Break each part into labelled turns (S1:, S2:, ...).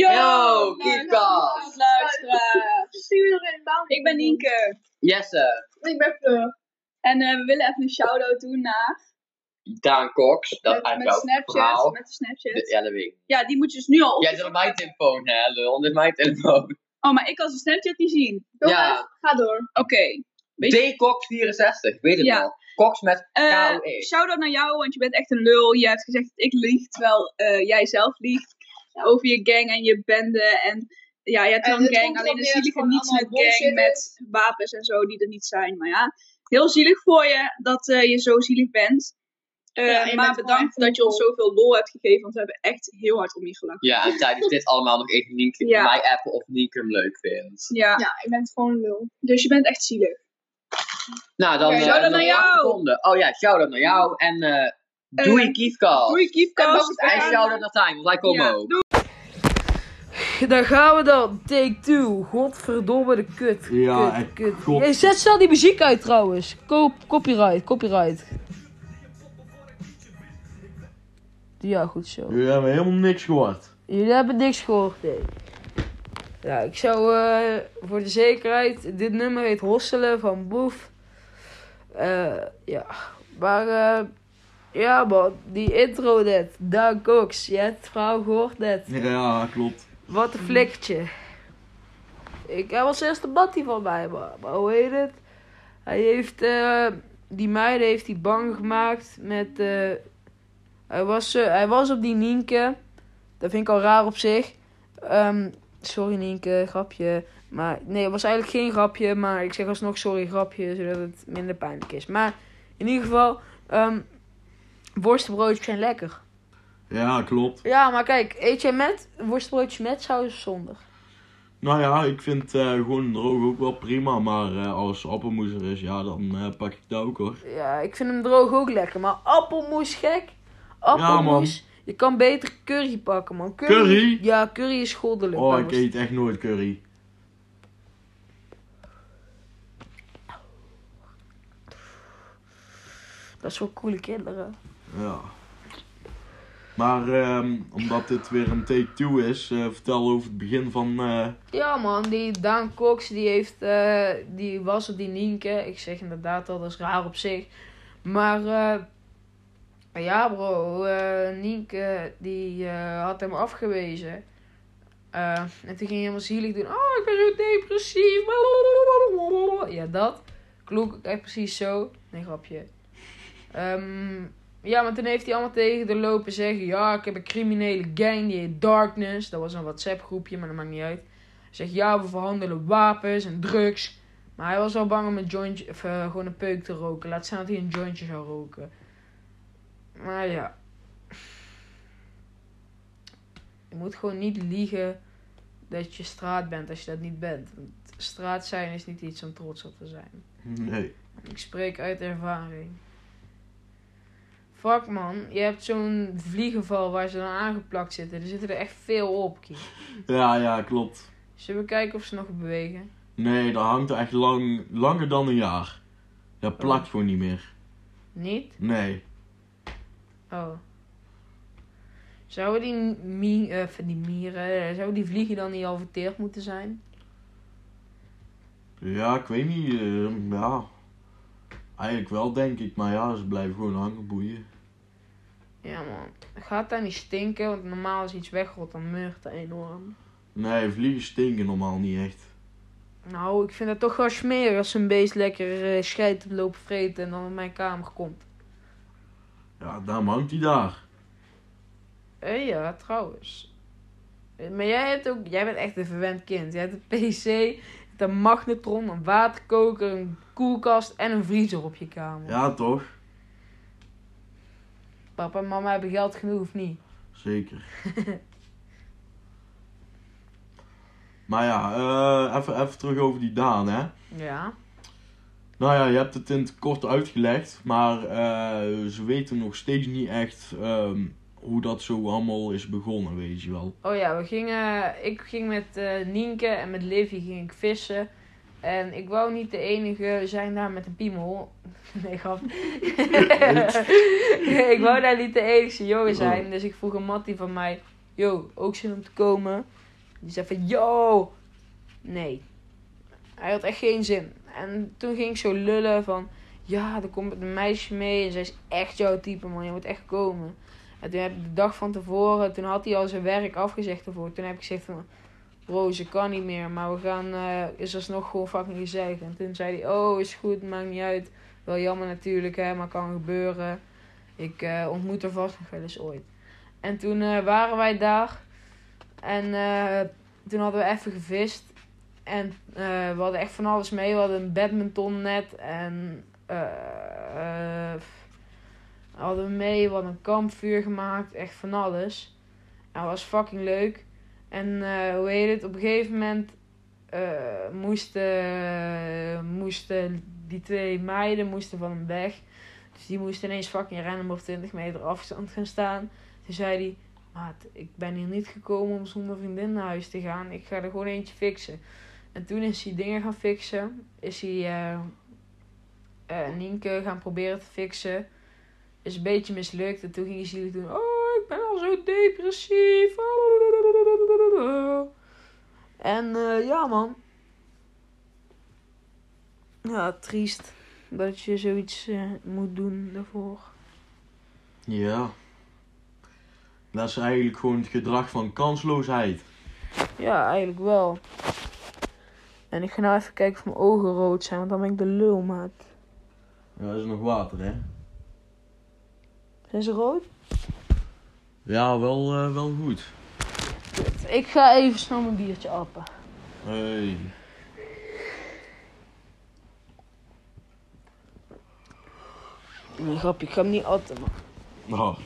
S1: Yo,
S2: Yo,
S1: Kiepkast.
S2: Kiepkast. Luisteraars.
S3: Zien we nog in de baan?
S1: Ik ben Nienke.
S2: Jesse,
S3: Ik ben Fleur.
S1: En eh, we willen even een shout-out doen naar...
S2: Daan Cox, dat is
S1: met, met
S2: eigenlijk wel het
S1: Snapchat.
S2: verhaal.
S1: Met de Snapchat.
S2: De- Ja, dat weet ik.
S1: Ja, die moet je dus nu al op.
S2: Jij zit op mijn telefoon, hè, lul. Dit is mijn telefoon.
S1: Oh, maar ik kan zijn Snapchat niet zien.
S3: Jongens, ga door.
S1: Oké. Weet je-
S2: D. Cox 64, weet het
S1: Ja.
S2: wel. Cox met E.
S1: Eh,
S2: K-O-E.
S1: shout-out naar jou, want je bent echt een lul. Je hebt gezegd dat ik lieg, terwijl eh, jij zelf liegt. Over je gang en je bende. En ja, je hebt wel
S3: En
S1: een
S3: het
S1: gang,
S3: komt erop
S1: alleen
S3: neer
S1: een
S3: dat
S1: zielige
S3: gewoon
S1: niets met
S3: allemaal
S1: gang.
S3: bullshit
S1: Met wapens en zo, die er niet zijn. Maar ja, heel zielig voor je dat eh, je zo zielig bent. Eh,
S3: Ja, je
S1: maar
S3: bent gewoon
S1: bedankt
S3: echt een
S1: dat je ons
S3: lul.
S1: zoveel lol hebt gegeven, want we hebben echt heel hard om je gelachen.
S2: Ja, en tijdens dit allemaal nog even Nienke,
S1: Ja.
S2: mij appen of Nienke hem leuk vindt.
S1: Ja,
S3: Ja, ik ben het gewoon lul.
S1: dus je bent echt zielig.
S2: Nou, dan...
S3: Oké,
S2: eh,
S1: shout-out
S2: nog
S1: naar
S2: acht
S1: jou.
S2: seconden. Oh ja, shout-out naar jou. En eh doei
S1: Eh,
S2: Kiefkast.
S1: Doei, Kiepkast.
S3: En
S2: En shout-out naar Tijn, want wij komen
S1: Ja,
S2: ook.
S4: Daar gaan we dan. Take two. Godverdomme de kut.
S5: Ja,
S4: kut,
S5: en
S4: kut.
S5: god-
S4: Hey, zet snel die muziek uit trouwens. Koop, copyright, copyright. Ja, goed zo.
S5: Jullie hebben helemaal niks gehoord.
S4: Jullie hebben niks gehoord, nee. Nou, ik zou eh, voor de zekerheid... Dit nummer heet Hosselen van Boef. Eh, ja. Maar, eh, ja man, die intro net. Daan Cox, je hebt het verhaal gehoord net.
S5: Ja, klopt.
S4: Wat een flikkertje. Ik, hij was eerst een mattie van mij, maar, maar hoe heet het? Hij heeft, eh, die meiden heeft hij bang gemaakt met, eh, hij, was, eh, hij was op die Nienke. Dat vind ik al raar op zich. Ehm, sorry Nienke, grapje. Maar, nee, het was eigenlijk geen grapje, maar ik zeg alsnog sorry grapje, zodat het minder pijnlijk is. Maar, in ieder geval, ehm worstenbroodjes zijn lekker.
S5: Ja, klopt.
S4: Ja, maar kijk, eet jij met worstbroodjes met saus of zonder?
S5: Nou ja, ik vind eh, gewoon droog ook wel prima, maar eh, als appelmoes er is, ja, dan eh, pak ik dat ook hoor.
S4: Ja, ik vind hem droog ook lekker, maar appelmoes gek. Appelmoes. Je kan beter curry pakken, man.
S5: Curry?
S4: Ja, curry is goddelijk.
S5: Oh, ik
S4: jongens.
S5: eet echt nooit curry.
S4: Dat is voor coole kinderen.
S5: Ja. Maar ehm, omdat dit weer een take two is, eh, vertel over het begin van... eh,
S4: Ja, man, die Daan Cox, die heeft, eh, die was op die Nienke. Ik zeg inderdaad al, dat is raar op zich. Maar, eh, ja, bro, eh, Nienke, die eh, had hem afgewezen. Eh, en toen ging hij helemaal zielig doen. Oh, ik ben zo depressief. Ja, dat. Klonk ook echt precies zo. Nee, grapje. Ehm, ja, maar toen heeft hij allemaal tegen de lopen zeggen... Ja, ik heb een criminele gang, die heet Darkness. Dat was een WhatsApp groepje, maar dat maakt niet uit. Hij zegt, ja, we verhandelen wapens en drugs. Maar hij was wel bang om een jointje, of eh, gewoon een peuk te roken. Laat staan dat hij een jointje zou roken. Maar ja. Je moet gewoon niet liegen dat je straat bent als je dat niet bent. Want straat zijn is niet iets om trots op te zijn.
S5: nee.
S4: Ik spreek uit ervaring. Fuck man, je hebt zo'n vliegenval waar ze dan aangeplakt zitten. Er zitten er echt veel op, Kie.
S5: Ja, ja, klopt.
S4: Zullen we kijken of ze nog bewegen?
S5: Nee, dat hangt echt lang, langer dan een jaar. Dat plakt gewoon niet meer.
S4: Niet?
S5: Nee.
S4: Oh. Zouden die, mi eh, die mieren, eh, zouden die vliegen dan niet al verteerd moeten zijn?
S5: Ja, ik weet niet. eh, ja. Eigenlijk wel, denk ik. Maar ja, ze blijven gewoon hangen, boeien.
S4: Ja man, gaat daar niet stinken? Want normaal als iets wegrot dan meurt dat enorm.
S5: Nee, vliegen stinken normaal niet echt.
S4: Nou, ik vind dat toch wel smerig als een beest lekker eh scheid op lopen vreten en dan in mijn kamer komt.
S5: Ja, daarom hangt hij daar.
S4: Hé ja, trouwens. Eh, Maar jij, hebt ook, jij bent echt een verwend kind. Jij hebt een PC, je hebt een magnetron, een waterkoker, een koelkast en een vriezer op je kamer.
S5: Ja, toch?
S4: Papa en mama hebben geld genoeg of niet?
S5: Zeker. maar ja, eh, even, even terug over die Daan, hè.
S4: Ja.
S5: Nou ja, je hebt het in het kort uitgelegd. Maar eh, ze weten nog steeds niet echt ehm, hoe dat zo allemaal is begonnen, weet je wel.
S4: Oh ja, we gingen, ik ging met eh, Nienke en met Livy ging ik vissen. En ik wou niet de enige zijn daar met een piemel. Nee, grap. ik wou daar niet de enige jongen zijn. Dus ik vroeg een mattie van mij. yo, ook zin om te komen. Die zei van, yo, nee. Hij had echt geen zin. En toen ging ik zo lullen van, ja, er komt een meisje mee en zij is echt jouw type, man. Je moet echt komen. En toen heb ik de dag van tevoren, toen had hij al zijn werk afgezegd ervoor. Toen heb ik gezegd van, bro, ze kan niet meer, maar we gaan, eh is alsnog gewoon fucking gezellig. En toen zei hij, oh, is goed, maakt niet uit. Wel jammer natuurlijk, hè, maar kan gebeuren. Ik eh, ontmoet er vast nog wel eens ooit. En toen eh, waren wij daar. En eh, toen hadden we even gevist. En eh, we hadden echt van alles mee. We hadden een badminton net. En eh, eh, hadden we mee. We hadden een kampvuur gemaakt. Echt van alles. En dat was fucking leuk. En eh, hoe heet het? Op een gegeven moment eh, moesten, moesten die twee meiden moesten van hem weg. Dus die moesten ineens fucking random op 20 meter afstand gaan staan. Toen zei hij, maat, ik ben hier niet gekomen om zonder vriendin naar huis te gaan. Ik ga er gewoon eentje fixen. En toen is hij dingen gaan fixen. Is hij eh, eh, Nienke gaan proberen te fixen. Is een beetje mislukt. En toen ging hij zielig doen. Oh, ik ben al zo depressief. En eh, ja, man. Ja, triest dat je zoiets eh, moet doen daarvoor.
S5: Ja. Dat is eigenlijk gewoon het gedrag van kansloosheid.
S4: Ja, eigenlijk wel. En ik ga nou even kijken of mijn ogen rood zijn, want dan ben ik de lul, maat.
S5: Ja, dat is nog water, hè?
S4: Zijn ze rood?
S5: Ja, wel, eh, wel goed.
S4: Ik ga even snel mijn biertje appen.
S5: Hey.
S4: Nee, grapje, ik ga hem niet atten, man.
S5: Oh.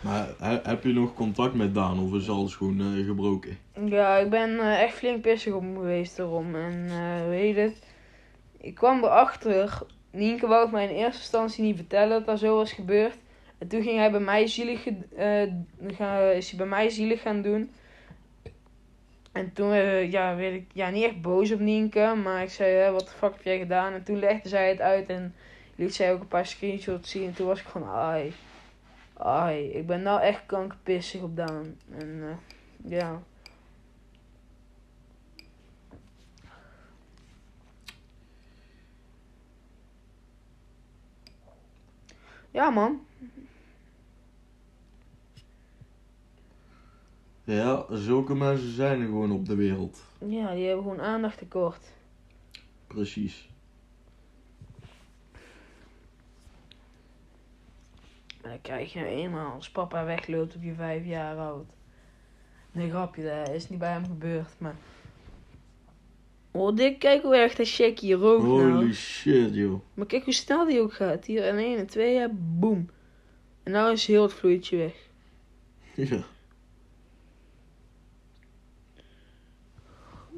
S5: Maar he- heb je nog contact met Daan of is alles gewoon eh, gebroken?
S4: Ja, ik ben eh, echt flink pissig op hem geweest daarom. En eh weet je het? Ik kwam erachter. Nienke wou het mij in eerste instantie niet vertellen dat dat zo was gebeurd. En toen ging hij bij mij zielig, ge- eh, ga- is hij bij mij zielig gaan doen. En toen eh, ja, werd ik ja, niet echt boos op Nienke. Maar ik zei, hè, wat de fuck heb jij gedaan? En toen legde zij het uit en liet zij ook een paar screenshots zien. En toen was ik gewoon, ai. Ai, ik ben nou echt kankerpissig op Daan. En eh, ja... Ja, man.
S5: Ja, zulke mensen zijn er gewoon op de wereld.
S4: Ja, die hebben gewoon aandacht tekort.
S5: Precies.
S4: En dan krijg je nou eenmaal als papa wegloopt op je vijf jaar oud. Nee, grapje, dat is niet bij hem gebeurd, maar... Oh, dit, kijk hoe erg dat check hier rookt nou.
S5: Holy shit, joh.
S4: Maar kijk hoe snel die ook gaat. Hier in één en twee jaar, boem. En nou is heel het vloeitje weg.
S5: Ja.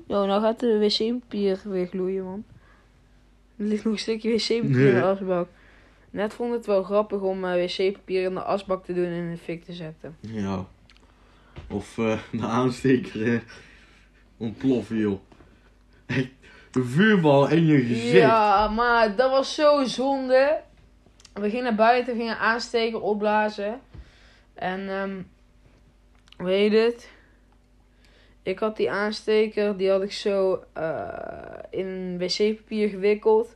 S4: Yo, nou gaat de wc-papier weer gloeien, man. Er ligt nog een stukje wc-papier in
S5: Nee.
S4: de asbak. Net vond het wel grappig om eh, wc-papier in de asbak te doen en in de fik te zetten.
S5: Ja. Of eh, de aansteker eh, ontploffen, joh. Echt, een vuurbal in je gezicht.
S4: Ja, maar dat was zo zonde. We gingen naar buiten, we gingen aansteken, opblazen. En ehm weet het? Ik had die aansteker, die had ik zo eh, in wc-papier gewikkeld.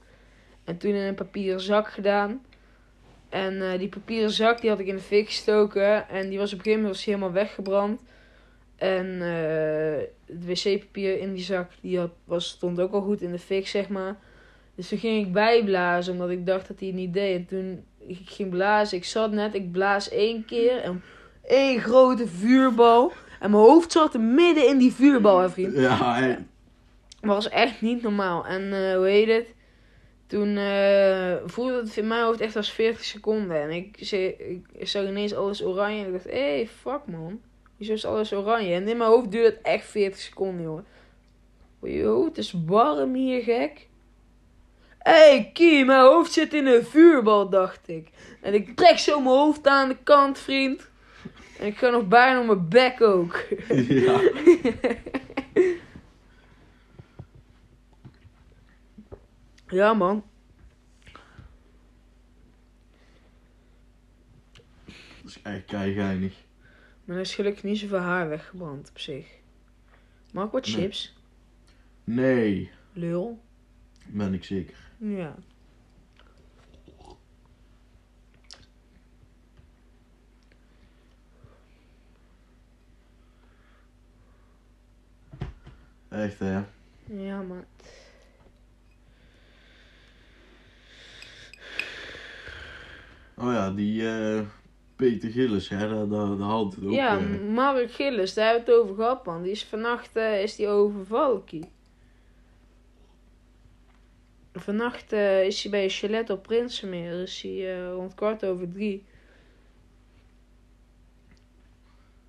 S4: En toen in een papieren zak gedaan. En eh, die papieren zak die had ik in de fik gestoken. En die was op een gegeven moment was die helemaal weggebrand. En eh, het wc-papier in die zak die had, was, stond ook al goed in de fik, zeg maar. Dus toen ging ik bijblazen, omdat ik dacht dat hij het niet deed. En toen ik ging blazen, ik zat net, ik blaas één keer. En één grote vuurbal. En mijn hoofd zat er midden in die vuurbal, hè, vriend.
S5: Ja, hè.
S4: Maar was echt niet normaal. En eh, hoe heet het? Toen eh, voelde het in mijn hoofd echt als 40 seconden. En ik, ze- ik zag ineens alles oranje. En ik dacht, hé, hey, fuck man. Hoezo is alles oranje? En in mijn hoofd duurde het echt 40 seconden, jongen. Yo, het is warm hier, gek. Hé, hey, Kie, mijn hoofd zit in een vuurbal, dacht ik. En ik trek zo mijn hoofd aan de kant, vriend. En ik ga nog bijna op mijn bek ook.
S5: ja.
S4: Ja, man.
S5: Dat is echt keigeinig.
S4: Maar er is gelukkig niet zoveel haar weggebrand op zich. Mag ik wat
S5: Nee.
S4: chips?
S5: Nee,
S4: Lul.
S5: ben ik zeker.
S4: Ja.
S5: Echt hè.
S4: Ja, man.
S5: Oh ja, die eh, Peter Gillis, hè, daar, daar, daar houdt het ook.
S4: ja,
S5: eh,
S4: Mark Gillis, daar hebben we het over gehad, man. Die is vannacht eh, is die overvallen, Kie. Vannacht eh, is hij bij Chalet op Prinsenmeer. Is hij eh, rond kwart over drie.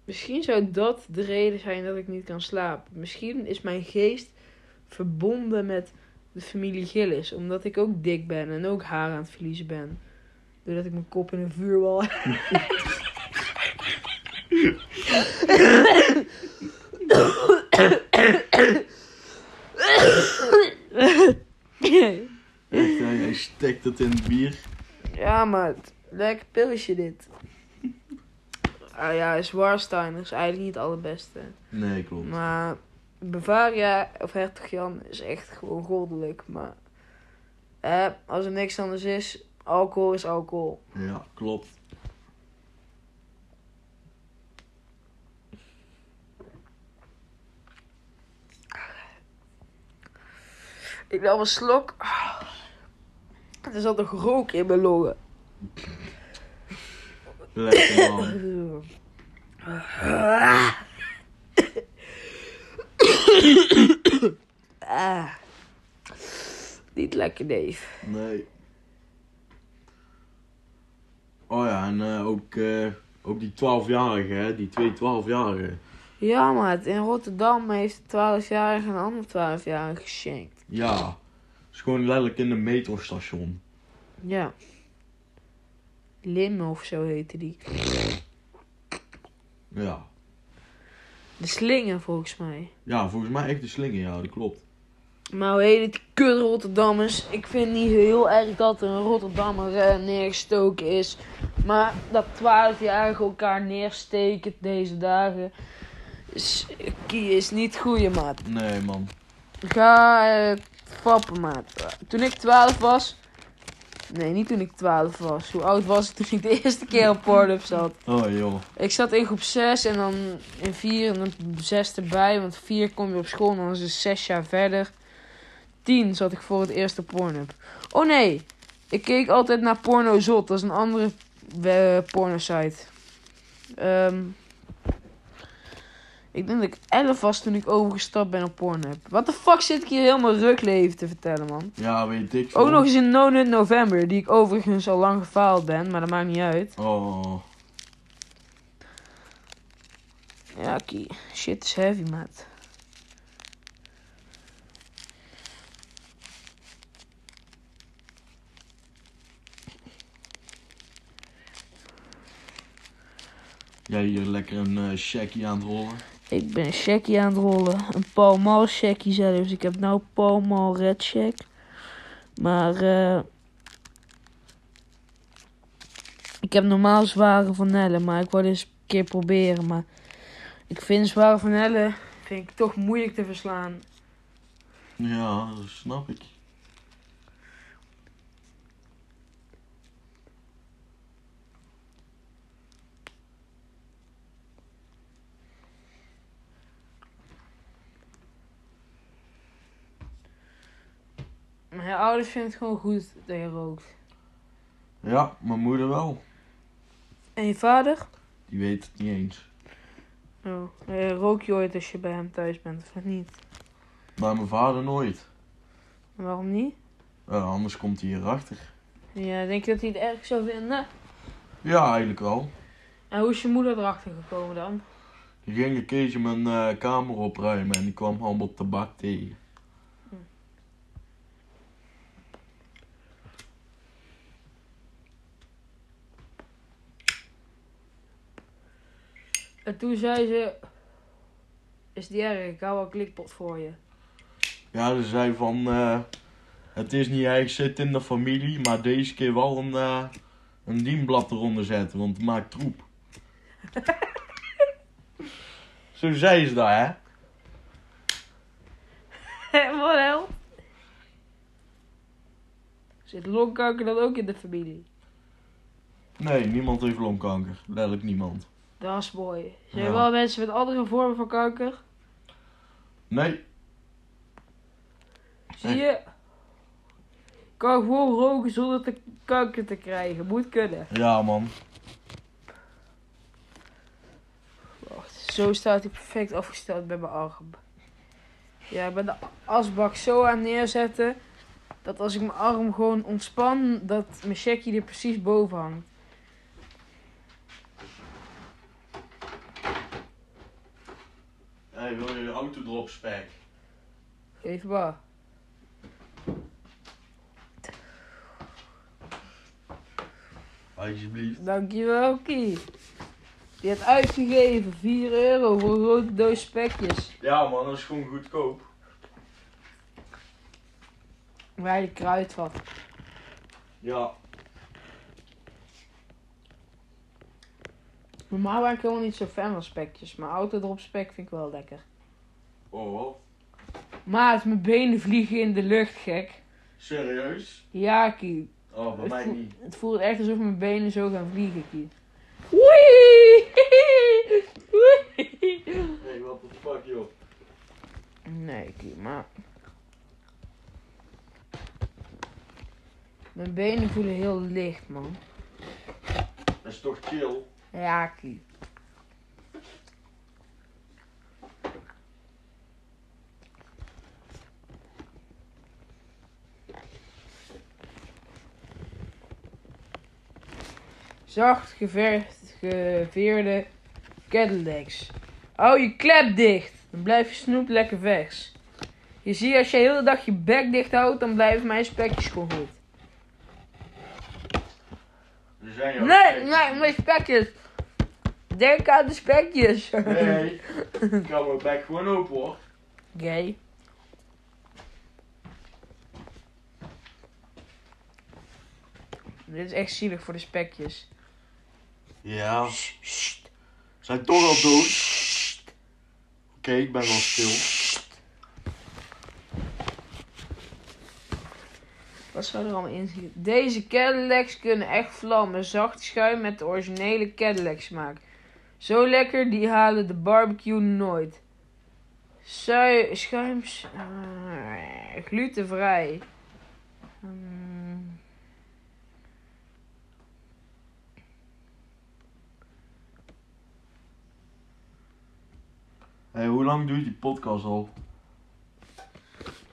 S4: Misschien zou dat de reden zijn dat ik niet kan slapen. Misschien is mijn geest verbonden met de familie Gillis. Omdat ik ook dik ben en ook haar aan het verliezen ben. Doordat ik mijn kop in een vuurbal
S5: Echt hè, jij stekt het in het bier.
S4: Ja, maat. Lekker pilsje dit. Ah ja, Zwarsteiner is eigenlijk niet het allerbeste.
S5: Nee, klopt.
S4: Maar Bavaria of Hertog Jan is echt gewoon goddelijk. Maar eh, als er niks anders is, alcohol is alcohol.
S5: Ja, klopt.
S4: Ik nam een slok. Ah, Er zat nog rook in mijn longen.
S5: Lekker man.
S4: Ah. Niet lekker, Dave.
S5: Nee. Oh ja, en eh, ook, eh, ook die 12-jarige, hè, die twee 12-jarigen.
S4: Ja, maat. In Rotterdam heeft een 12-jarige een ander 12-jarige geschenkt.
S5: Ja, is gewoon letterlijk in een metrostation.
S4: Ja. Lim of zo heette die.
S5: Ja.
S4: De slinger, volgens mij.
S5: Ja, volgens mij echt de slinger, ja, dat klopt.
S4: Maar hoe heet het, die kut Rotterdammers. Ik vind niet heel erg dat er een Rotterdammer eh, neergestoken is. Maar dat 12-jarigen elkaar neersteken deze dagen. Is, kie is niet goeie, maat.
S5: Nee, man.
S4: Ga eh, fappen, maat. Toen ik 12 was. Nee, niet toen ik 12 was. Hoe oud was ik toen ik de eerste keer op Pornhub zat?
S5: Oh joh.
S4: Ik zat in groep 6 en dan in 4 en dan 6 erbij. Want 4 kom je op school en dan is het 6 jaar verder. 10 zat ik voor het eerst op Pornhub. Oh nee, ik keek altijd naar Pornozot. Dat is een andere eh, pornosite. Ehm, ik denk dat ik 11 was toen ik overgestapt ben op Pornhub. Wat de fuck zit ik hier helemaal rukleven te vertellen, man?
S5: Ja, weet ik veel.
S4: Ook nog eens in No Nut November, die ik overigens al lang gefaald ben, maar dat maakt niet uit.
S5: Oh,
S4: Ja, kie. Shit is heavy, maat.
S5: jij hier lekker een eh shaggy aan het rollen.
S4: Ik ben een checkie aan het rollen. Een Pall Mall checkie zelfs. Ik heb nou Pall Mall Red Check. Maar eh ik heb normaal zware vanellen. Maar ik wou dit eens een keer proberen. Maar ik vind zware vanellen vind ik toch moeilijk te verslaan.
S5: Ja, dat snap ik.
S4: Mijn ouders vinden het gewoon goed dat je rookt.
S5: Ja, mijn moeder wel.
S4: En je vader?
S5: Die weet het niet eens.
S4: Oh, eh, rook je ooit als je bij hem thuis bent of niet?
S5: Maar mijn vader nooit.
S4: En waarom niet?
S5: Eh, anders komt hij hierachter.
S4: Ja, denk je dat hij het erg zou vinden?
S5: Ja, eigenlijk wel.
S4: En hoe is je moeder erachter gekomen dan?
S5: Die ging een keertje mijn eh, kamer opruimen en die kwam allemaal tabak tegen.
S4: En toen zei ze, is die erg, ik hou wel een klikpot voor je.
S5: Ja, ze zei van, eh, het is niet erg, zit in de familie, maar deze keer wel een, eh, een dienblad eronder zetten, want het maakt troep. Zo zei ze dat, hè?
S4: Wat hel? Zit longkanker dan ook in de familie?
S5: Nee, niemand heeft longkanker. Letterlijk niemand.
S4: Dat is mooi. Zijn er
S5: Ja.
S4: wel mensen met andere vormen van kanker?
S5: Nee,
S4: Zie je? Kan gewoon roken zonder te kanker te krijgen. Moet kunnen.
S5: ja man.
S4: Wacht, zo staat hij perfect afgesteld bij mijn arm. Ja, ik ben de asbak zo aan neerzetten. Dat als ik mijn arm gewoon ontspan, dat mijn checkie er precies boven hangt.
S5: Hey, wil je de auto erop spek?
S4: Even waar.
S5: Alsjeblieft.
S4: Dankjewel, Kie. Die had uitgegeven 4 euro voor een grote doos spekjes.
S5: Ja man, dat is gewoon goedkoop.
S4: Waar je kruid van.
S5: Ja.
S4: Normaal ben ik helemaal niet zo fan van spekjes, maar autodrop spek vind ik wel lekker.
S5: Oh, wat?
S4: Maat, mijn benen vliegen in de lucht, gek.
S5: Serieus?
S4: Ja, Kie.
S5: Oh, bij mij niet.
S4: Het voelt echt alsof mijn benen zo gaan vliegen, Kie. Oei! Oei!
S5: Hey, wat de fuck joh.
S4: Nee, Kie, maar... Mijn benen voelen heel licht, man.
S5: Dat is toch chill?
S4: Ja, Kie. Zacht geverfd, geveerde Cadillacs. Hou Oh, je klep dicht, dan blijf je snoep lekker vers. Je ziet, als je de hele dag je bek dicht houdt, dan blijven mijn spekjes gewoon goed.
S5: Er zijn jouw
S4: Nee, nee, mijn spekjes. Denk aan de spekjes.
S5: Nee, ik hou mijn bek gewoon open hoor.
S4: Gay. Dit is echt zielig voor de spekjes.
S5: Ja. Zijn toch al dood? Oké, ik ben wel stil.
S4: Wat zou er allemaal in zitten? Deze Cadillacs kunnen echt vlammen. Zacht schuim met de originele Cadillac smaak. Zo lekker, die halen de barbecue nooit. Sui, schuims... eh, glutenvrij. Hmm.
S5: Hey, hoe lang duurt die podcast al?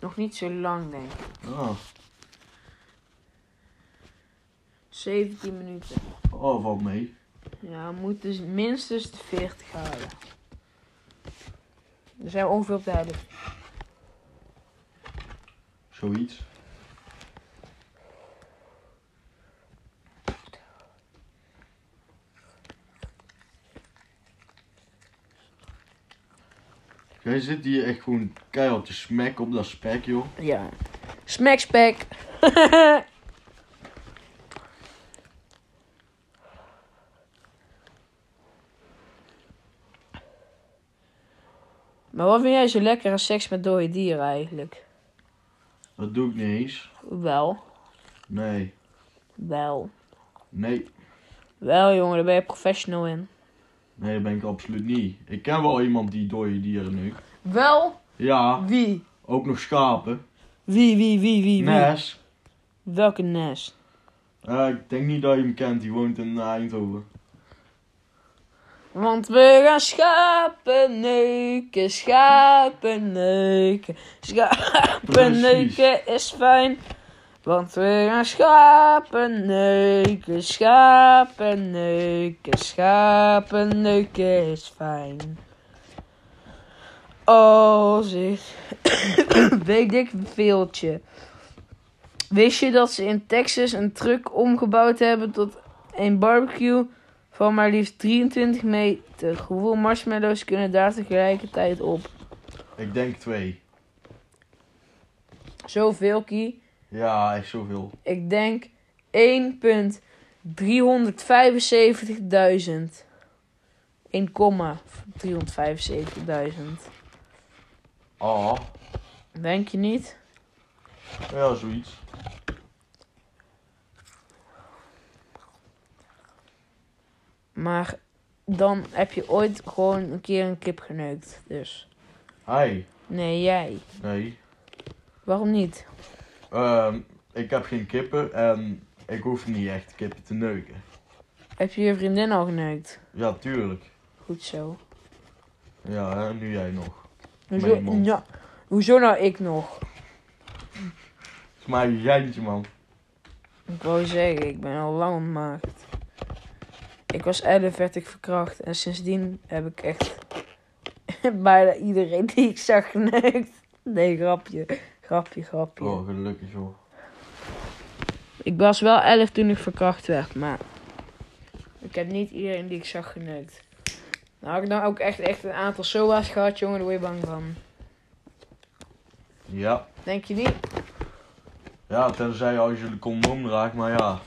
S4: nog niet zo lang, denk ik.
S5: Ah,
S4: 17 minuten.
S5: oh, valt mee.
S4: Ja, we moeten dus minstens de 40 halen. Dan zijn we ongeveer op de helft.
S5: Zoiets. Jij zit hier echt gewoon keihard te smack op dat spek, joh.
S4: Ja. Smackspek. maar wat vind jij zo lekker aan seks met dode dieren eigenlijk?
S5: Dat doe ik niet eens.
S4: Wel,
S5: Nee,
S4: wel.
S5: nee.
S4: Wel jongen, daar ben je professional in.
S5: Nee, dat ben ik absoluut niet. Ik ken wel iemand die dode dieren neukt.
S4: Wel?
S5: Ja,
S4: Wie?
S5: ook nog schapen.
S4: Wie, wie, wie, wie, wie?
S5: Nes.
S4: Welke nest?
S5: Eh, ik denk niet dat je hem kent, die woont in Eindhoven.
S4: Want we gaan schapen neuken, schapen neuken, schapen
S5: Precies.
S4: neuken is fijn. Want we gaan schapen neuken, schapen neuken, schapen neuken is fijn. Oh, zeg. Weet ik veeltje. Wist je dat ze in Texas een truck omgebouwd hebben tot een barbecue van maar liefst 23 meter. Hoeveel marshmallows kunnen daar tegelijkertijd op?
S5: Ik denk twee.
S4: Zoveel, Kie.
S5: Ja, echt zoveel.
S4: Ik denk 1.375.000. 1,375.000.
S5: Ah,
S4: Denk je niet?
S5: ja, zoiets.
S4: Maar dan heb je ooit gewoon een keer een kip geneukt. Dus.
S5: Hi.
S4: Nee, jij.
S5: Nee.
S4: Waarom niet?
S5: Ehm, ik heb geen kippen en ik hoef niet echt kippen te neuken.
S4: Heb je je vriendin al geneukt?
S5: Ja, tuurlijk.
S4: Goed zo.
S5: Ja, hè, nu jij nog.
S4: Hoezo,
S5: Mijn mond.
S4: ja, hoezo nou ik nog?
S5: Het is maar een geintje, man.
S4: Ik wou zeggen, ik ben al lang ontmaagd. Ik was 11 werd ik verkracht en sindsdien heb ik echt bijna iedereen die ik zag geneukt. Nee, grapje. Grapje, grapje.
S5: Oh, gelukkig hoor.
S4: Ik was wel 11 toen ik verkracht werd, maar ik heb niet iedereen die ik zag geneukt. Nou, had ik dan ook echt, echt een aantal SOA's gehad, jongen, daar word je bang van.
S5: Ja.
S4: Denk je niet?
S5: Ja, tenzij als je de condoom draagt, maar ja.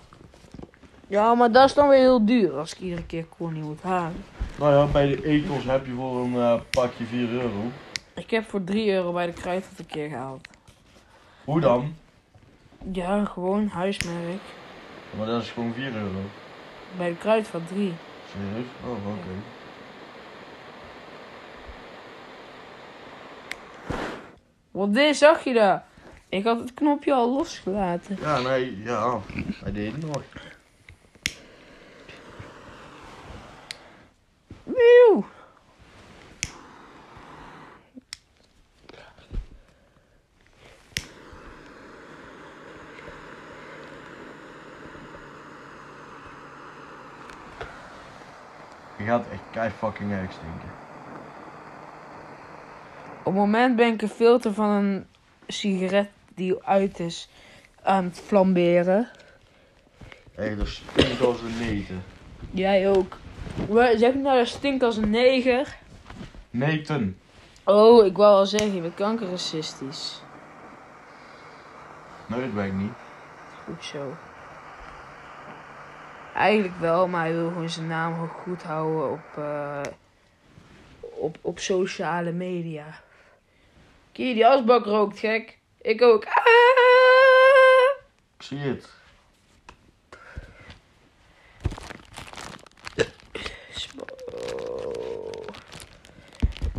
S4: Ja, maar dat is dan weer heel duur als ik iedere keer Connie moet halen.
S5: Nou ja, bij de etels heb je voor een eh, pakje 4 euro.
S4: Ik heb voor 3 euro bij de kruidvat een keer gehaald.
S5: Hoe dan?
S4: Ja, gewoon huismerk.
S5: Maar dat is gewoon 4 euro.
S4: Bij de kruidvat 3.
S5: Serieus? Oh, oké.
S4: Wat dit, zag je dat? Ik had het knopje al losgelaten.
S5: Ja, nee, ja. Hij deed het nog.
S4: Wieuw!
S5: Je gaat echt kei fucking erg stinken.
S4: Op het moment ben ik een filter van een sigaret die uit is aan het flamberen.
S5: Echt, dat stinkt als een neten.
S4: Jij ook. Wa- Zeg nou, dat stinkt als een neger.
S5: Neten.
S4: Oh, ik wou al zeggen, je bent kankerracistisch.
S5: Nee, dat ben ik niet.
S4: Goed zo. Eigenlijk wel, maar hij wil gewoon zijn naam gewoon goed houden op, eh, op, op sociale media. Kie, die asbak rookt gek. Ik ook. Ah!
S5: Ik zie het.
S4: Smo-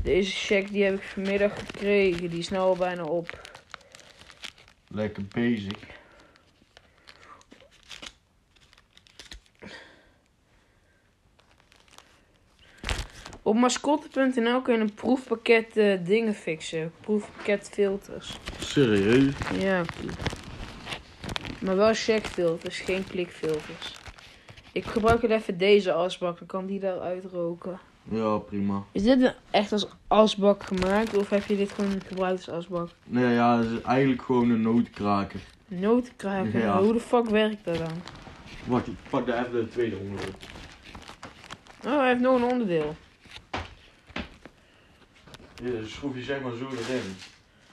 S4: Deze check die heb ik vanmiddag gekregen. Die is nou al bijna op.
S5: Lekker bezig.
S4: Op mascotte.nl kun je een proefpakket eh, dingen fixen. Proefpakket filters.
S5: Serieus?
S4: Ja, oké. Maar wel checkfilters, geen klikfilters. Ik gebruik wel even deze asbak, dan kan die daaruit roken.
S5: Ja, prima.
S4: Is dit een- echt als asbak gemaakt of heb je dit gewoon gebruikt als asbak?
S5: Nee, ja, dat is eigenlijk gewoon een noodkraker.
S4: Notenkraken,
S5: Ja.
S4: hoe de fuck werkt dat dan?
S5: Wacht, ik pak daar even de tweede onderdeel.
S4: Oh, hij heeft nog een onderdeel.
S5: Ja, dan schroef je zeg maar zo erin.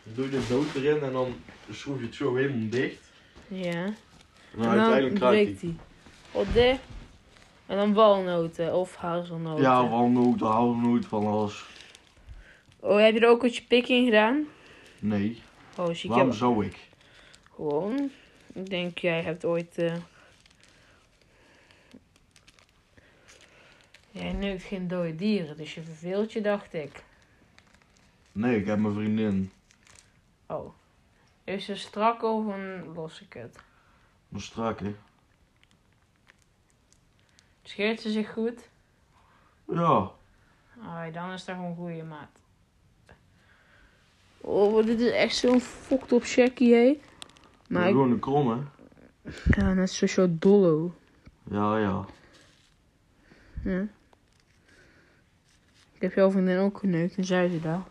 S5: Dan doe je de noot erin en dan schroef je het zo helemaal dicht.
S4: Ja.
S5: En dan Nou,
S4: Nou,
S5: uiteindelijk kraakt
S4: hij. Op de. En dan walnoten of hazelnoten.
S5: hij. Ja, walnoot, halfnoot, van alles.
S4: Oh, heb je er ook wat je pik in gedaan?
S5: Nee,
S4: Oh, zie ik
S5: waarom
S4: heb
S5: zou ik?
S4: gewoon. Ik denk, jij hebt ooit. eh, Jij neukt geen dode dieren, dus je verveelt je, dacht ik.
S5: Nee, ik heb mijn vriendin.
S4: Oh. Is ze strak of een losse kut?
S5: Een strakke.
S4: Scheert ze zich goed?
S5: Ja,
S4: Alright, dan is dat gewoon goede maat. Oh, maar dit is echt zo'n fucked op checkie, hé. Maar ik
S5: gewoon een kromme.
S4: ga net zoals jouw dollo.
S5: Ja, ja.
S4: Ja. Ik heb jouw vriendin ook geneukt en zei ze dat.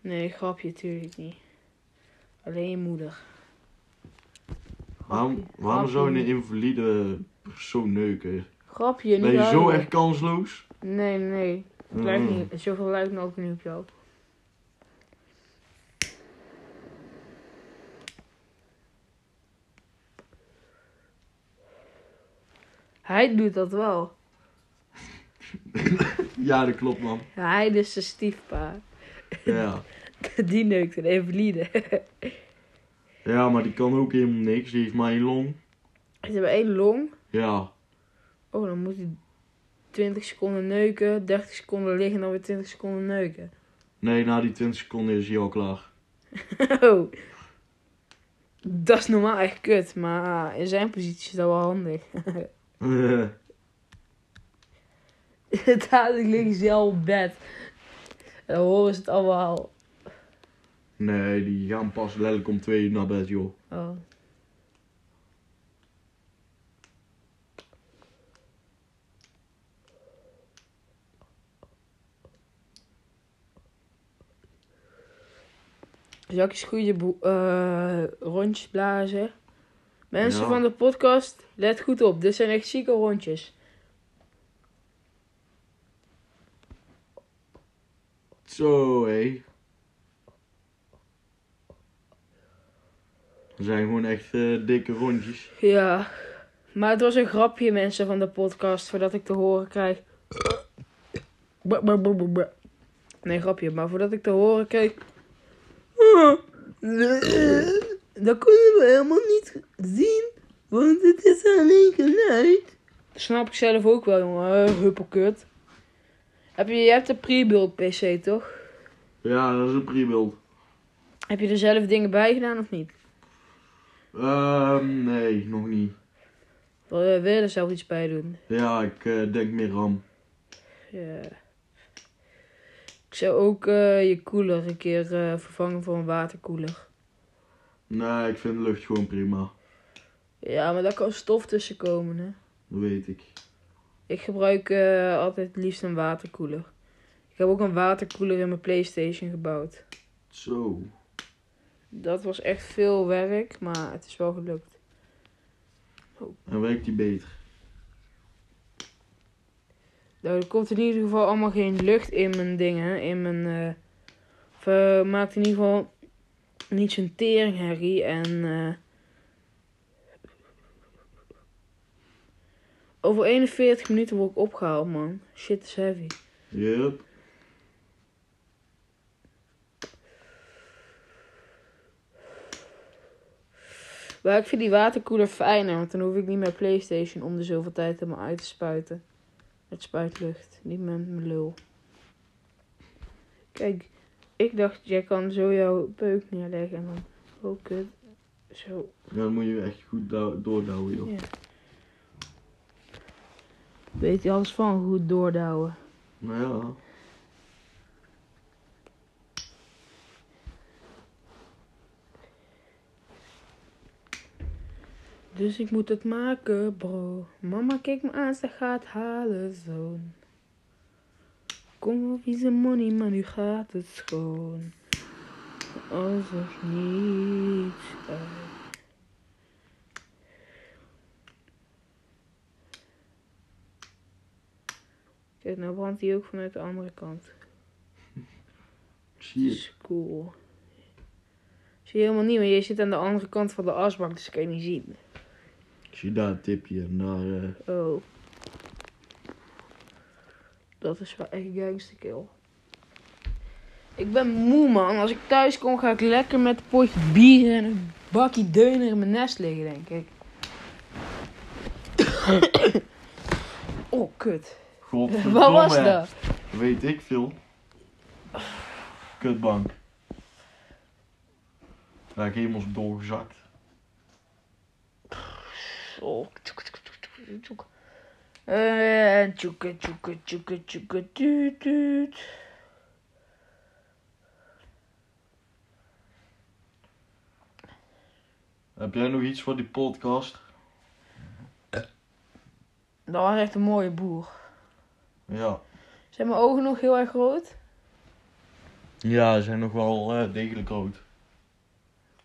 S4: Nee, grapje, tuurlijk niet. Alleen je moeder.
S5: Waarom, waarom zou een invalide persoon neuken?
S4: Grapje, niet
S5: Ben je zo
S4: huilen.
S5: echt kansloos?
S4: Nee, nee. Het lijkt
S5: Mm.
S4: niet. Zoveel lijkt me ook niet op jou. Hij doet dat wel.
S5: Ja, dat klopt, man.
S4: Hij is zijn stiefpa.
S5: Ja.
S4: Die neukt een invalide.
S5: ja, maar die kan ook helemaal niks. Die heeft maar een long.
S4: Ze hebben één long.
S5: Ja.
S4: Oh, dan moet hij 20 seconden neuken, 30 seconden liggen en dan weer 20 seconden neuken.
S5: Nee, na die 20 seconden is hij al klaar.
S4: Oh. Dat is normaal echt kut, maar in zijn positie is dat wel handig. Dadelijk liggen ze al op bed. En dan horen ze het allemaal.
S5: nee, die gaan pas letterlijk om twee uur naar bed, joh.
S4: Oh. Zakjes goede bo- eh, rondjes blazen. Mensen
S5: Ja.
S4: van de podcast, let goed op. Dit zijn echt zieke rondjes.
S5: Zo, hé. Dat zijn gewoon echt eh, dikke rondjes.
S4: Ja, maar het was een grapje, mensen van de podcast, voordat ik te horen krijg. Bah, bah, bah, bah, bah. Nee, grapje, maar voordat ik te horen kreeg. Dat kunnen we helemaal niet zien, want het is alleen geluid. Dat snap ik zelf ook wel, jongen. Eh, Huppelkut. Heb je, je hebt een pre-build PC, toch?
S5: Ja, dat is een pre-build.
S4: Heb je er zelf dingen bij gedaan of niet?
S5: Ehm, nee, nog niet.
S4: Wil je wil je er zelf iets bij doen?
S5: Ja, ik eh, denk meer RAM.
S4: Ja. Ik zou ook eh, je koeler een keer eh, vervangen voor een waterkoeler.
S5: Nee, ik vind de lucht gewoon prima.
S4: Ja, maar daar kan stof tussen komen, hè.
S5: Dat weet ik.
S4: Ik gebruik eh, altijd het liefst een waterkoeler. Ik heb ook een waterkoeler in mijn Playstation gebouwd.
S5: Zo.
S4: Dat was echt veel werk, maar het is wel gelukt.
S5: En werkt die beter?
S4: Nou, er komt in ieder geval allemaal geen lucht in mijn dingen. In mijn, eh, of, eh, maakt in ieder geval niet zo'n teringherrie. En eh, over 41 minuten word ik opgehaald, man. Shit is heavy.
S5: Yep.
S4: Maar ik vind die waterkoeler fijner, want dan hoef ik niet mijn Playstation om de zoveel tijd helemaal uit te spuiten. Het spuit lucht, niet met mijn lul. Kijk, ik dacht, jij kan zo jouw peuk neerleggen en dan ook het zo.
S5: Ja, dan moet je echt goed dou- doordouwen, joh.
S4: Ja. Weet je alles van goed doordouwen?
S5: Nou ja.
S4: Dus ik moet het maken, bro. Mama kijkt me aan, ze gaat halen, zoon. Kom op, is een money, maar nu gaat het schoon. Als ik niet. Kijk, nou brandt hij ook vanuit de andere kant. Dat
S5: Shit.
S4: is cool. Zie je helemaal niet, want je zit aan de andere kant van de asbak, dus kan je niet zien.
S5: Ik zie daar een tipje en daar... eh,
S4: Oh. Dat is wel echt gangster kill. Ik ben moe man. Als ik thuis kom ga ik lekker met een potje bier en een bakje deuner in mijn nest liggen denk ik. oh kut.
S5: godverdomme.
S4: Wat was dat?
S5: Weet ik veel. Kutbank. Daar ik helemaal is doorgezakt.
S4: Oh. tjoek, tjoek, tjoek, tjoek, tjoek. En tjoeke, tjoeke, tjoeke, tjoeke, tuut, tuut.
S5: Heb jij nog iets voor die podcast?
S4: Dat was echt een mooie boer.
S5: Ja.
S4: Zijn mijn ogen nog heel erg groot?
S5: Ja, ze zijn nog wel eh, degelijk rood.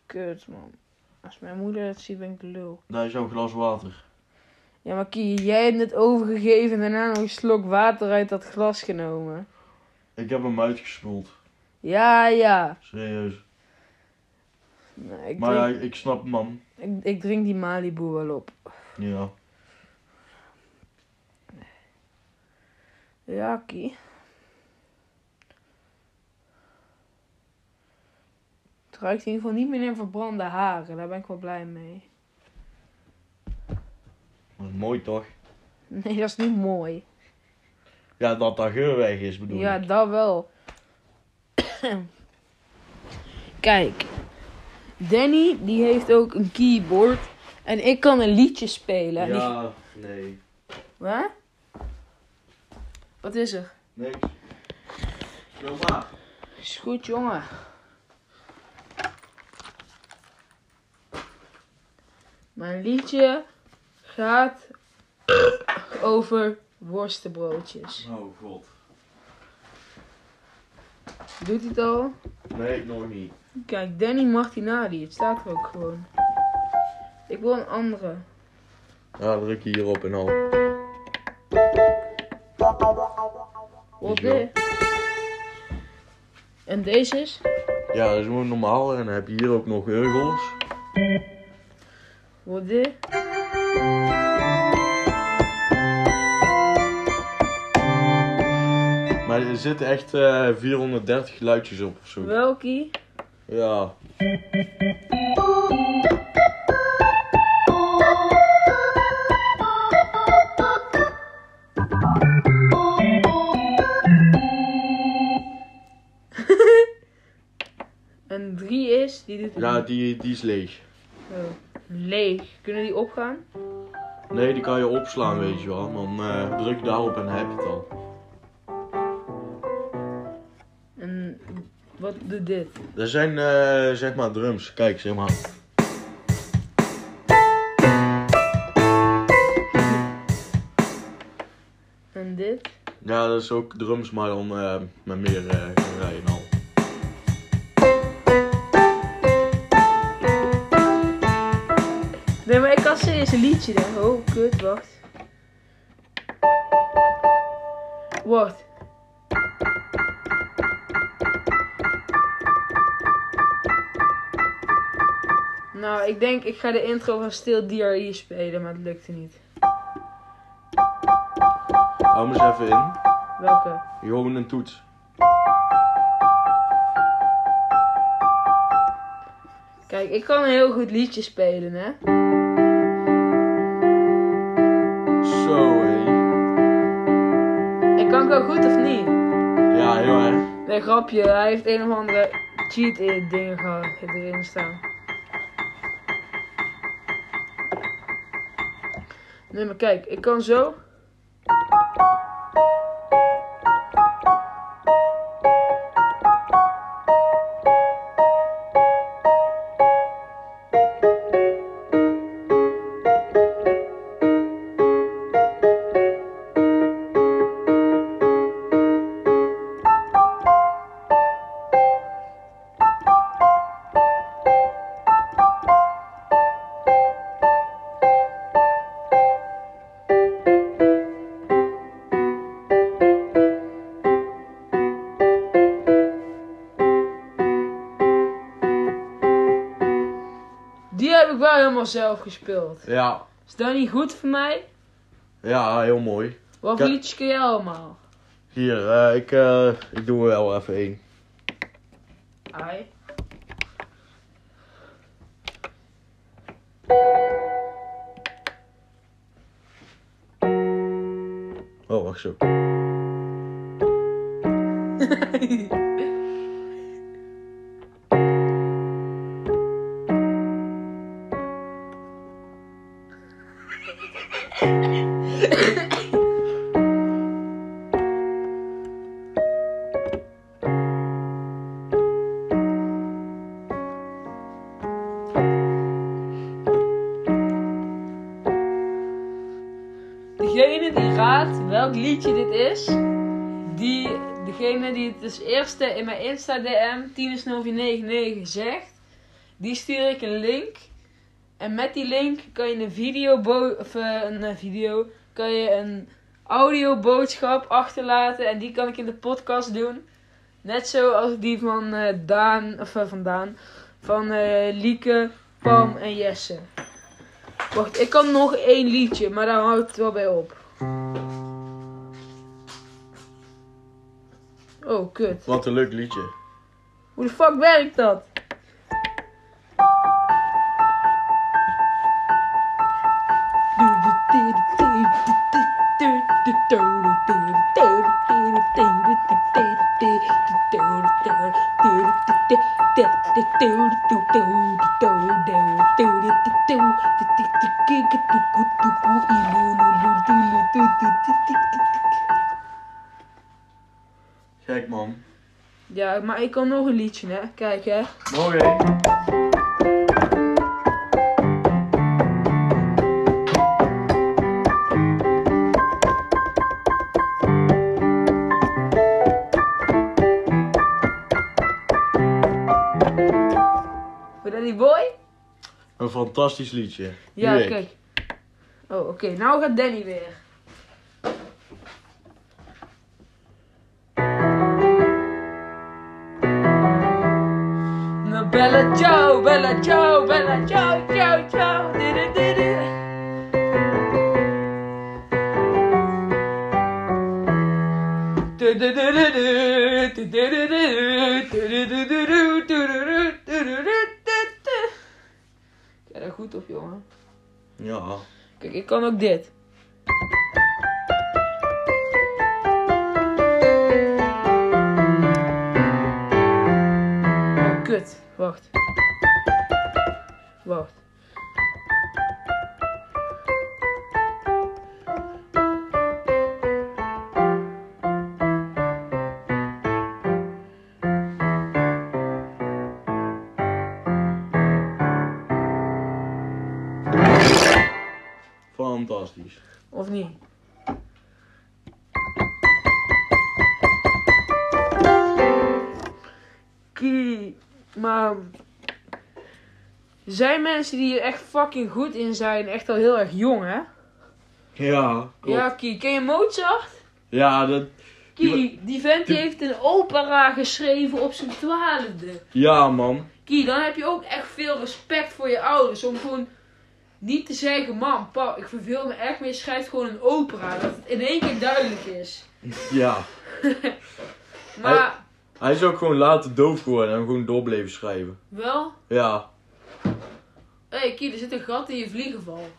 S4: Kut man. Als mijn moeder het ziet ben ik de lul.
S5: Daar is jouw glas water.
S4: Ja, maar Kie, jij hebt het overgegeven en daarna nog een slok water uit dat glas genomen.
S5: Ik heb hem uitgespoeld.
S4: Ja, ja.
S5: Serieus.
S4: Nou, ik,
S5: Maar ja,
S4: drink,
S5: ik snap hem, man.
S4: ik, ik drink die Malibu wel op.
S5: Ja.
S4: Ja, Kie. Het ruikt in ieder geval niet meer naar verbrande haren. Daar ben ik wel blij mee.
S5: Dat is mooi toch?
S4: Nee, dat is niet mooi.
S5: Ja, dat dat geur weg is bedoel
S4: Ja,
S5: ik.
S4: dat wel. Kijk, Danny die heeft ook een keyboard en ik kan een liedje spelen. Die-
S5: Ja, nee.
S4: Hè? Wat is er?
S5: Niks. Speel maar.
S4: Is goed, jongen. Mijn liedje gaat over worstenbroodjes.
S5: Oh god.
S4: Doet hij het al?
S5: Nee, nog niet.
S4: Kijk, Danny Martinari, het staat er ook gewoon. Ik wil een andere.
S5: Ja, druk je hierop en al.
S4: Op
S5: Is wel.
S4: dit. En deze is?
S5: Ja, dat is gewoon normaal. En dan heb je hier ook nog urgels.
S4: Wat dit?
S5: Maar er zitten echt eh, 430 geluidjes op of zo.
S4: Welkie?
S5: Ja.
S4: En drie is? Die doet
S5: Ja, die, die is leeg.
S4: Oh. leeg. Kunnen die opgaan?
S5: Nee, die kan je opslaan, weet je wel. Dan eh, druk je daarop en dan heb je het al.
S4: En wat doet dit?
S5: Dat zijn eh, zeg maar drums. Kijk, zeg maar.
S4: En dit?
S5: Ja, dat is ook drums, maar dan eh, met meer eh rijden en al.
S4: Nee, maar ik kan serieus een liedje dan. Oh, kut, wacht. Wacht. Nou, ik denk ik ga de intro van Stil DRE E spelen, maar het lukte niet.
S5: Hou me eens even in.
S4: Welke?
S5: Gewoon een toets.
S4: Kijk, ik kan een heel goed liedje spelen, hè?
S5: Zo, hé.
S4: En kan ik ook goed of niet?
S5: Ja, heel erg.
S4: Nee, grapje, hij heeft een of andere cheat in dingen gehad erin staan. Nee, maar kijk, ik kan zo. Die heb ik wel helemaal zelf gespeeld.
S5: Ja.
S4: Is dat niet goed voor mij?
S5: Ja, heel mooi.
S4: Wat voor
S5: Kijk.
S4: liedjes kun jij allemaal?
S5: Hier, eh, ik, eh, ik doe er wel even één.
S4: Ai.
S5: Oh, wacht zo.
S4: Degene die raadt welk liedje dit is, die, degene die het als eerste in mijn Insta DM 10 is 99 zegt, die stuur ik een link En met die link kan je een video, bo- of eh, een eh, video, kan je een audioboodschap achterlaten en die kan ik in de podcast doen. Net zoals die van eh, Daan, of eh, van Daan, van eh, Lieke, Pam en Jesse. Wacht, ik kan nog één liedje, maar daar houdt het wel bij op. Oh, kut.
S5: Wat een leuk liedje.
S4: Hoe de fuck werkt dat?
S5: Gek man.
S4: Ja, maar ik kan nog een liedje, hè. Kijk, hè.
S5: Oké.
S4: Voor die boy?
S5: Een fantastisch liedje.
S4: Ja,
S5: Nu ik.
S4: kijk. Oh, oké. Nou gaat Danny weer. Nou, Bella Joe, Bella Joe, Bella Joe, Joe, Joe. Didi, didi. Du-du-du-du-du, du-du-du-du, du-du-du-du-du, du-du-du, du-du-du-du-du. Kijk dat goed op, jongen.
S5: Ja.
S4: Kijk, ik kan ook dit. Oh, kut. Wacht. Wacht.
S5: Fantastisch.
S4: Of niet? Kie, maar er zijn mensen die hier echt fucking goed in zijn, echt al heel erg jong, hè?
S5: Ja, klopt.
S4: Ja,
S5: Ja,
S4: Kie, ken je Mozart?
S5: dat...
S4: Kie, die vent die heeft een opera geschreven op zijn twaalfde.
S5: Ja, man.
S4: Kie, dan heb je ook echt veel respect voor je ouders. Om gewoon niet te zeggen, mam, pa, ik verveel me echt, maar je schrijft gewoon een opera. Dat het in één keer duidelijk is.
S5: Ja.
S4: Maar,
S5: Hij is ook gewoon later doof geworden en gewoon door bleven schrijven.
S4: wel,
S5: Ja.
S4: hé hey, Kie, er zit een gat in je vliegenval.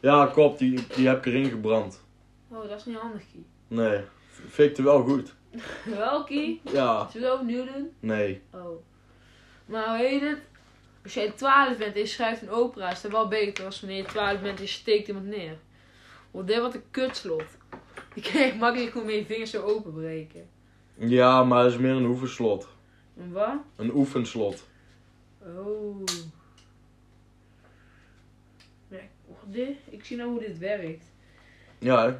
S5: Ja, klopt. Die, die heb ik erin gebrand.
S4: Oh, dat is niet handig, Kie.
S5: Nee. Fikte wel goed.
S4: Wel, Kie,
S5: Ja.
S4: zullen we dat opnieuw doen?
S5: Nee.
S4: Oh. Maar hoe heet het? Als jij 12 bent en je schrijft een opera, is dat wel beter als wanneer je 12 bent en je steekt iemand neer. Want dit wat een kutslot. Die kan je echt makkelijk gewoon met je vingers zo openbreken.
S5: Ja, maar het is meer een oefenslot.
S4: En wat?
S5: Een oefenslot.
S4: Oh. Nee, oh, dit, ik zie nou hoe dit werkt.
S5: Ja, hè?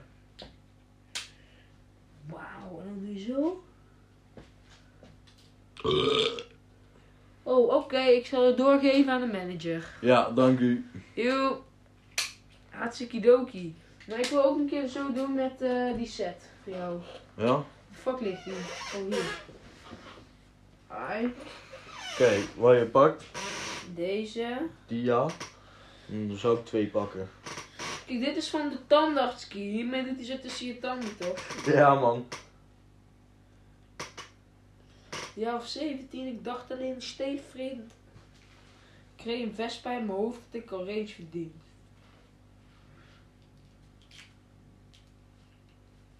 S4: Wauw, en dan doe je zo. Oh, oké, ik zal het doorgeven aan de manager.
S5: Ja, dank u.
S4: Yo. Hatsikidoki. Maar ik wil ook een keer zo doen met eh, die set voor jou. Waar
S5: Ja?
S4: de Fuck ligt die? Oh, hier. Ai,
S5: Kijk, wat je pakt.
S4: deze.
S5: Die ja. En Dan zou ik twee pakken.
S4: Kijk, dit is van de tandartski. Hiermee doet hij zo tussen je tanden, toch?
S5: Ja, man.
S4: Ja, of 17. Ik dacht alleen steekvriend. Ik kreeg een vest bij mijn hoofd dat ik al range verdien.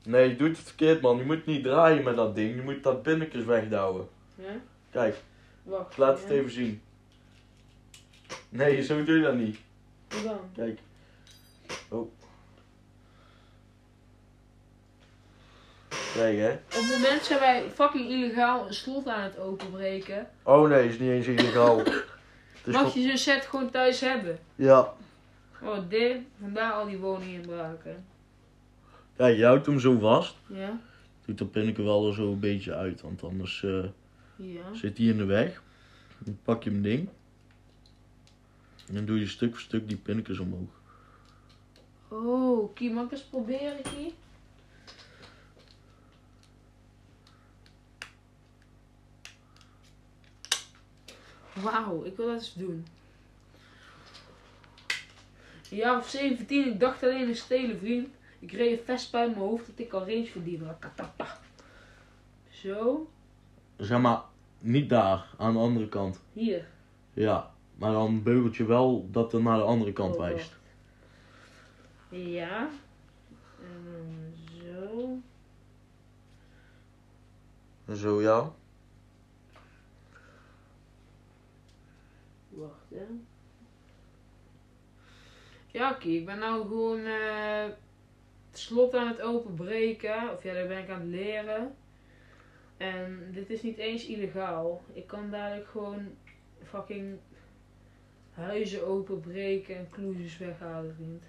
S5: Nee, je doet het verkeerd, man. Je moet niet draaien met dat ding. Je moet dat pinnekes wegduwen.
S4: Ja?
S5: Kijk,
S4: Wacht.
S5: ik laat het
S4: ja.
S5: even zien. Nee, zo doe je dat niet.
S4: Hoe dan?
S5: Kijk. Oh. Kijk, hè.
S4: Op het moment zijn wij fucking illegaal een slot aan het openbreken.
S5: Oh nee, is niet eens illegaal. Het is
S4: Mag
S5: gewoon-
S4: je zo'n set gewoon thuis hebben?
S5: Ja.
S4: Oh, dit. Vandaar al die woninginbraken.
S5: Kijk, je houdt hem zo vast.
S4: Ja?
S5: Doet dat pinneke wel er zo een beetje uit, want anders eh,
S4: Ja.
S5: zit hij in de weg. Dan pak je hem ding. En dan doe je stuk voor stuk die pinnetjes omhoog.
S4: Oh, Kie, mag ik eens proberen, Kie? Wauw, ik wil dat eens doen. Ja, of 17, ik dacht alleen een stelen vriend. Ik reed een vest bij mijn hoofd dat ik al range verdiende. Rakatata. Zo,
S5: Zeg maar, niet daar, aan de andere kant.
S4: hier.
S5: Ja, maar dan beugelt je wel dat het naar de andere kant
S4: Oh,
S5: wijst.
S4: Ja. En dan zo.
S5: Zo ja.
S4: Wacht, hè. Ja, oké. Ik ben nou gewoon eh, het slot aan het openbreken. Of ja, daar ben ik aan het leren. En dit is niet eens illegaal. Ik kan dadelijk gewoon fucking huizen openbreken en kloesjes weghalen, vriend.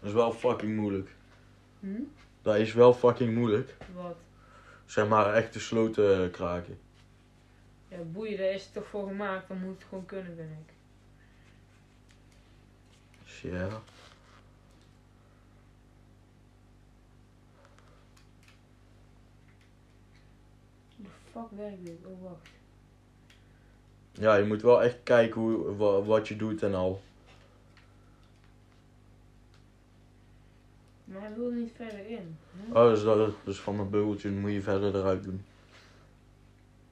S5: Dat is wel fucking moeilijk.
S4: Hm?
S5: Dat is wel fucking moeilijk.
S4: Wat?
S5: Zeg maar echt de sloten eh, kraken.
S4: Ja, boeien, daar is het toch voor gemaakt. Dan moet het gewoon kunnen, vind ik.
S5: Dus ja.
S4: Hoe de fuck werkt dit? Oh, wacht.
S5: Ja, je moet wel echt kijken hoe, wa- wat je doet en al.
S4: Maar hij wil niet verder in. Hè?
S5: Oh, dus, dat, dus van dat beugeltje moet je verder eruit doen.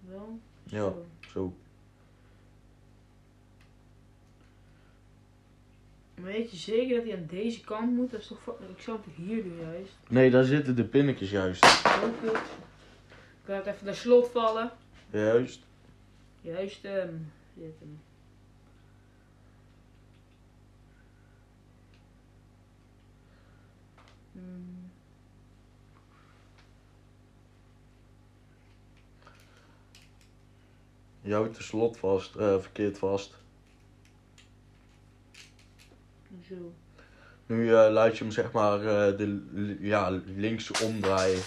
S4: Wel?
S5: Ja,
S4: Zo.
S5: zo.
S4: Maar weet je zeker dat hij aan deze kant moet? Dat is toch fucking... Ik zou hem toch hier doen juist?
S5: Nee, daar zitten de pinnetjes juist.
S4: Heel goed. Ik laat even naar slot vallen.
S5: Juist.
S4: Juist hem. Zit hem. Hmm.
S5: Je houdt de slot vast, eh, verkeerd vast.
S4: Zo.
S5: Nu eh, laat je hem zeg maar eh, de, li- ja, links omdraaien.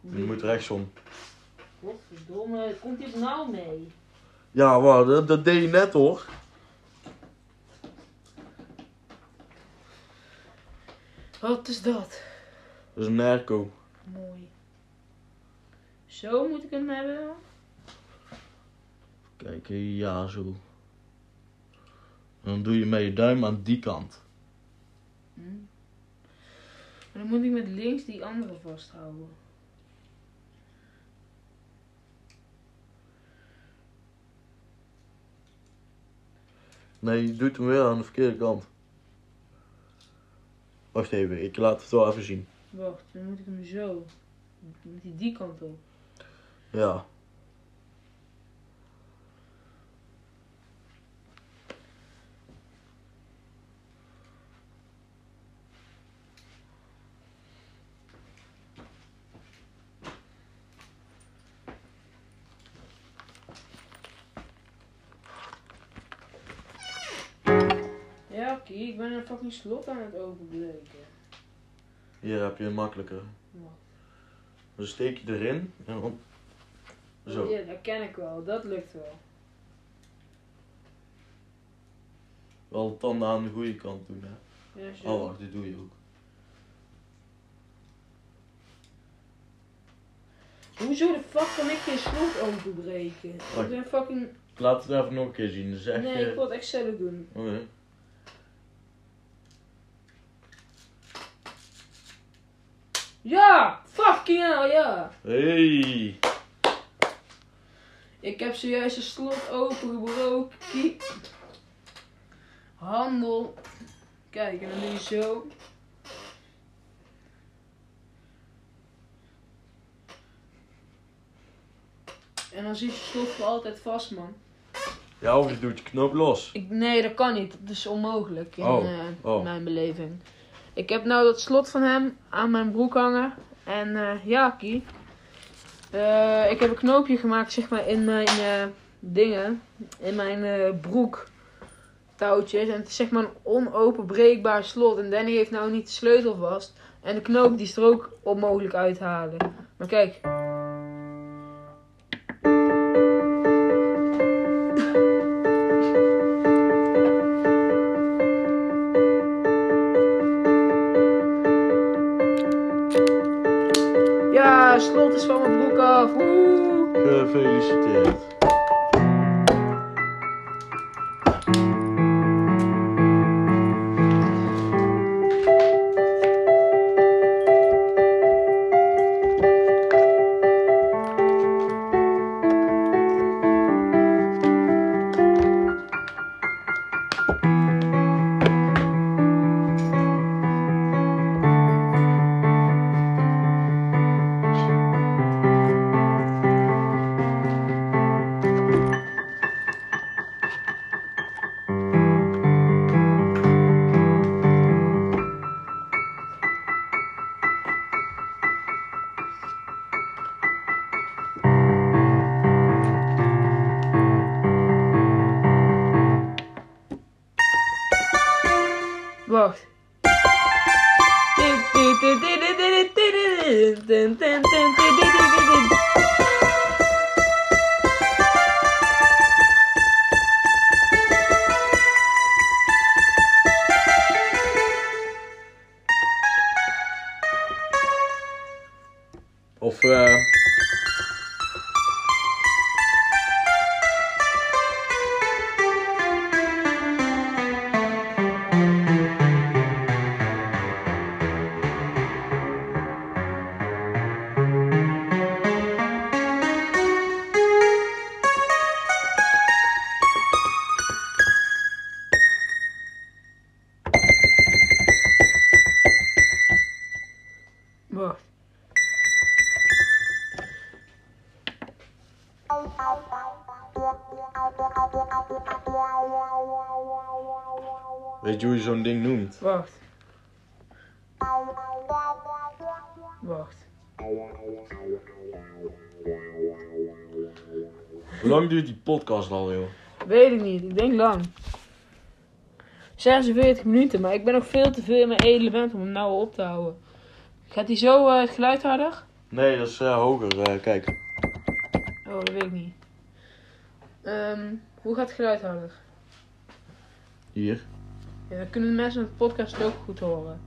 S5: Je moet rechtsom.
S4: Godverdomme, komt dit nou mee?
S5: Ja, wauw, dat, dat deed je net hoor.
S4: Wat is dat?
S5: Dat is een airco.
S4: Mooi. Zo moet ik hem hebben.
S5: Kijk, ja zo. En dan doe je met je duim aan die kant.
S4: Hmm. Maar dan moet ik met links die andere vasthouden.
S5: Nee, je doet hem weer aan de verkeerde kant. Wacht even, ik laat het wel even zien.
S4: Wacht, dan moet ik hem zo. Dan moet hij die kant op.
S5: Ja.
S4: Ja, oké, ik ben een fucking slot aan het openbreken.
S5: Hier heb je een makkelijker.
S4: Wacht.
S5: Dan steek je erin en dan... Zo.
S4: Ja, dat ken ik wel, dat lukt wel.
S5: Wel de tanden aan de goede kant doen, hè.
S4: Ja, zo.
S5: Oh, wacht, dit doe je ook.
S4: Hoezo de fuck kan ik geen slot openbreken? Ik
S5: Wacht.
S4: ben fucking.
S5: Ik laat het even nog een keer zien. Dat is echt...
S4: Nee,
S5: eh,
S4: ik wil het echt zelf doen.
S5: Oké.
S4: Ja! Fucking hell, ja!
S5: Hey!
S4: Ik heb zojuist een slot opengebroken. Kie- Handel. Kijk, en dan doe je zo. En dan zit je slot voor altijd vast, man.
S5: Ja, of je doet je knop los.
S4: Ik, nee, dat kan niet. Dat is onmogelijk in
S5: Oh,
S4: eh,
S5: oh.
S4: mijn beleving. Ik heb nou dat slot van hem aan mijn broek hangen. En eh, ja, Kie. Eh, ik heb een knoopje gemaakt, zeg maar, in mijn eh, dingen. In mijn eh, broek. Touwtjes. En het is zeg maar een onopenbreekbaar slot. En Danny heeft nou niet de sleutel vast. En de knoop die is er ook onmogelijk uithalen. Maar kijk.
S5: Eh, Gefeliciteerd.
S4: Wacht.
S5: Of eh.
S4: Wacht.
S5: weet je hoe je zo'n ding noemt?
S4: Wacht. Wacht.
S5: Hoe lang duurt die podcast al, joh?
S4: Weet ik niet, ik denk lang. 46 minuten, maar ik ben nog veel te veel in mijn element om hem nou op te houden. Gaat hij zo eh, het geluid harder?
S5: Nee, dat is eh, hoger. eh, kijk.
S4: Oh, dat weet ik niet. Ehm, hoe gaat het geluid harder?
S5: Hier.
S4: Ja, dan kunnen de mensen de podcast ook goed horen.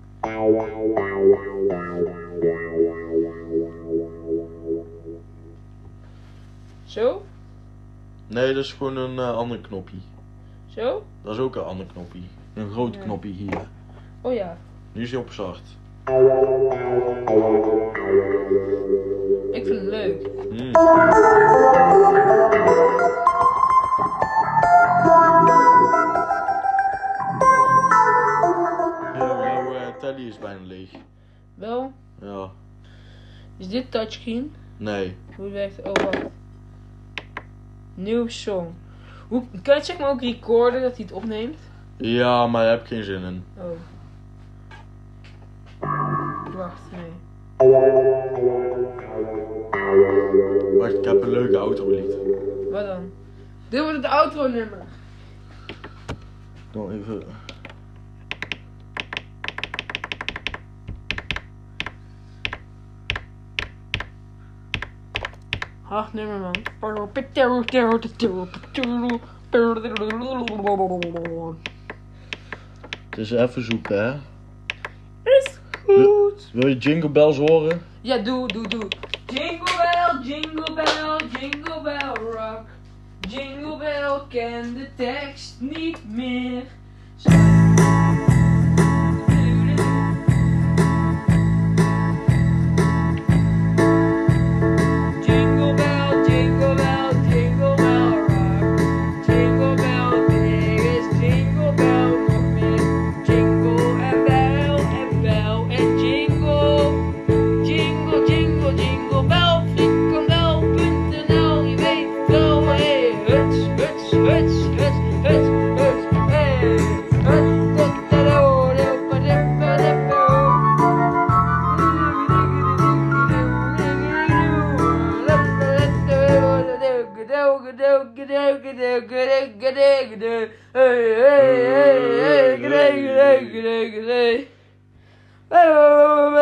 S4: Zo?
S5: Nee, dat is gewoon een eh, ander knopje.
S4: Zo?
S5: Dat is ook een ander knopje. Een groot
S4: Ja.
S5: knopje hier.
S4: Oh ja.
S5: Nu is hij op zacht.
S4: Ik vind het leuk.
S5: Hmm. Yo, jouw eh, telly is bijna leeg.
S4: Wel,
S5: Ja.
S4: is dit touchscreen?
S5: Nee.
S4: Hoe werkt Oh, wacht. Nieuw song. Hoe, kan je het zeg maar ook recorden dat hij het opneemt?
S5: Ja, maar daar heb ik geen zin in.
S4: Oh. Wacht, nee.
S5: Wacht, ik heb een leuke auto lied.
S4: Wat dan? Dit wordt het outro-nummer.
S5: Dan even.
S4: Hard nummer, man.
S5: Het is even zoeken, hè.
S4: Is goed.
S5: Wil je jingle bells horen?
S4: Ja, doe, doe, doe. Jingle bell, jingle bell, jingle bell rock. Jingle bell ken de tekst niet meer. Zo- Jingle bell, jingle bell, jingle bell rock. Jingle bell big is jingle bell nog meer. Jingle en bell en bell en jingle. Jingle, jingle, jingle bell, frikandel.nl. Je weet wel, hey, huts, huts, huts, huts, huts, huts, hey. Huts, tot de rode, padippadippo. Hey, hey, hey, hey, hey, hey, hey, hey, hey.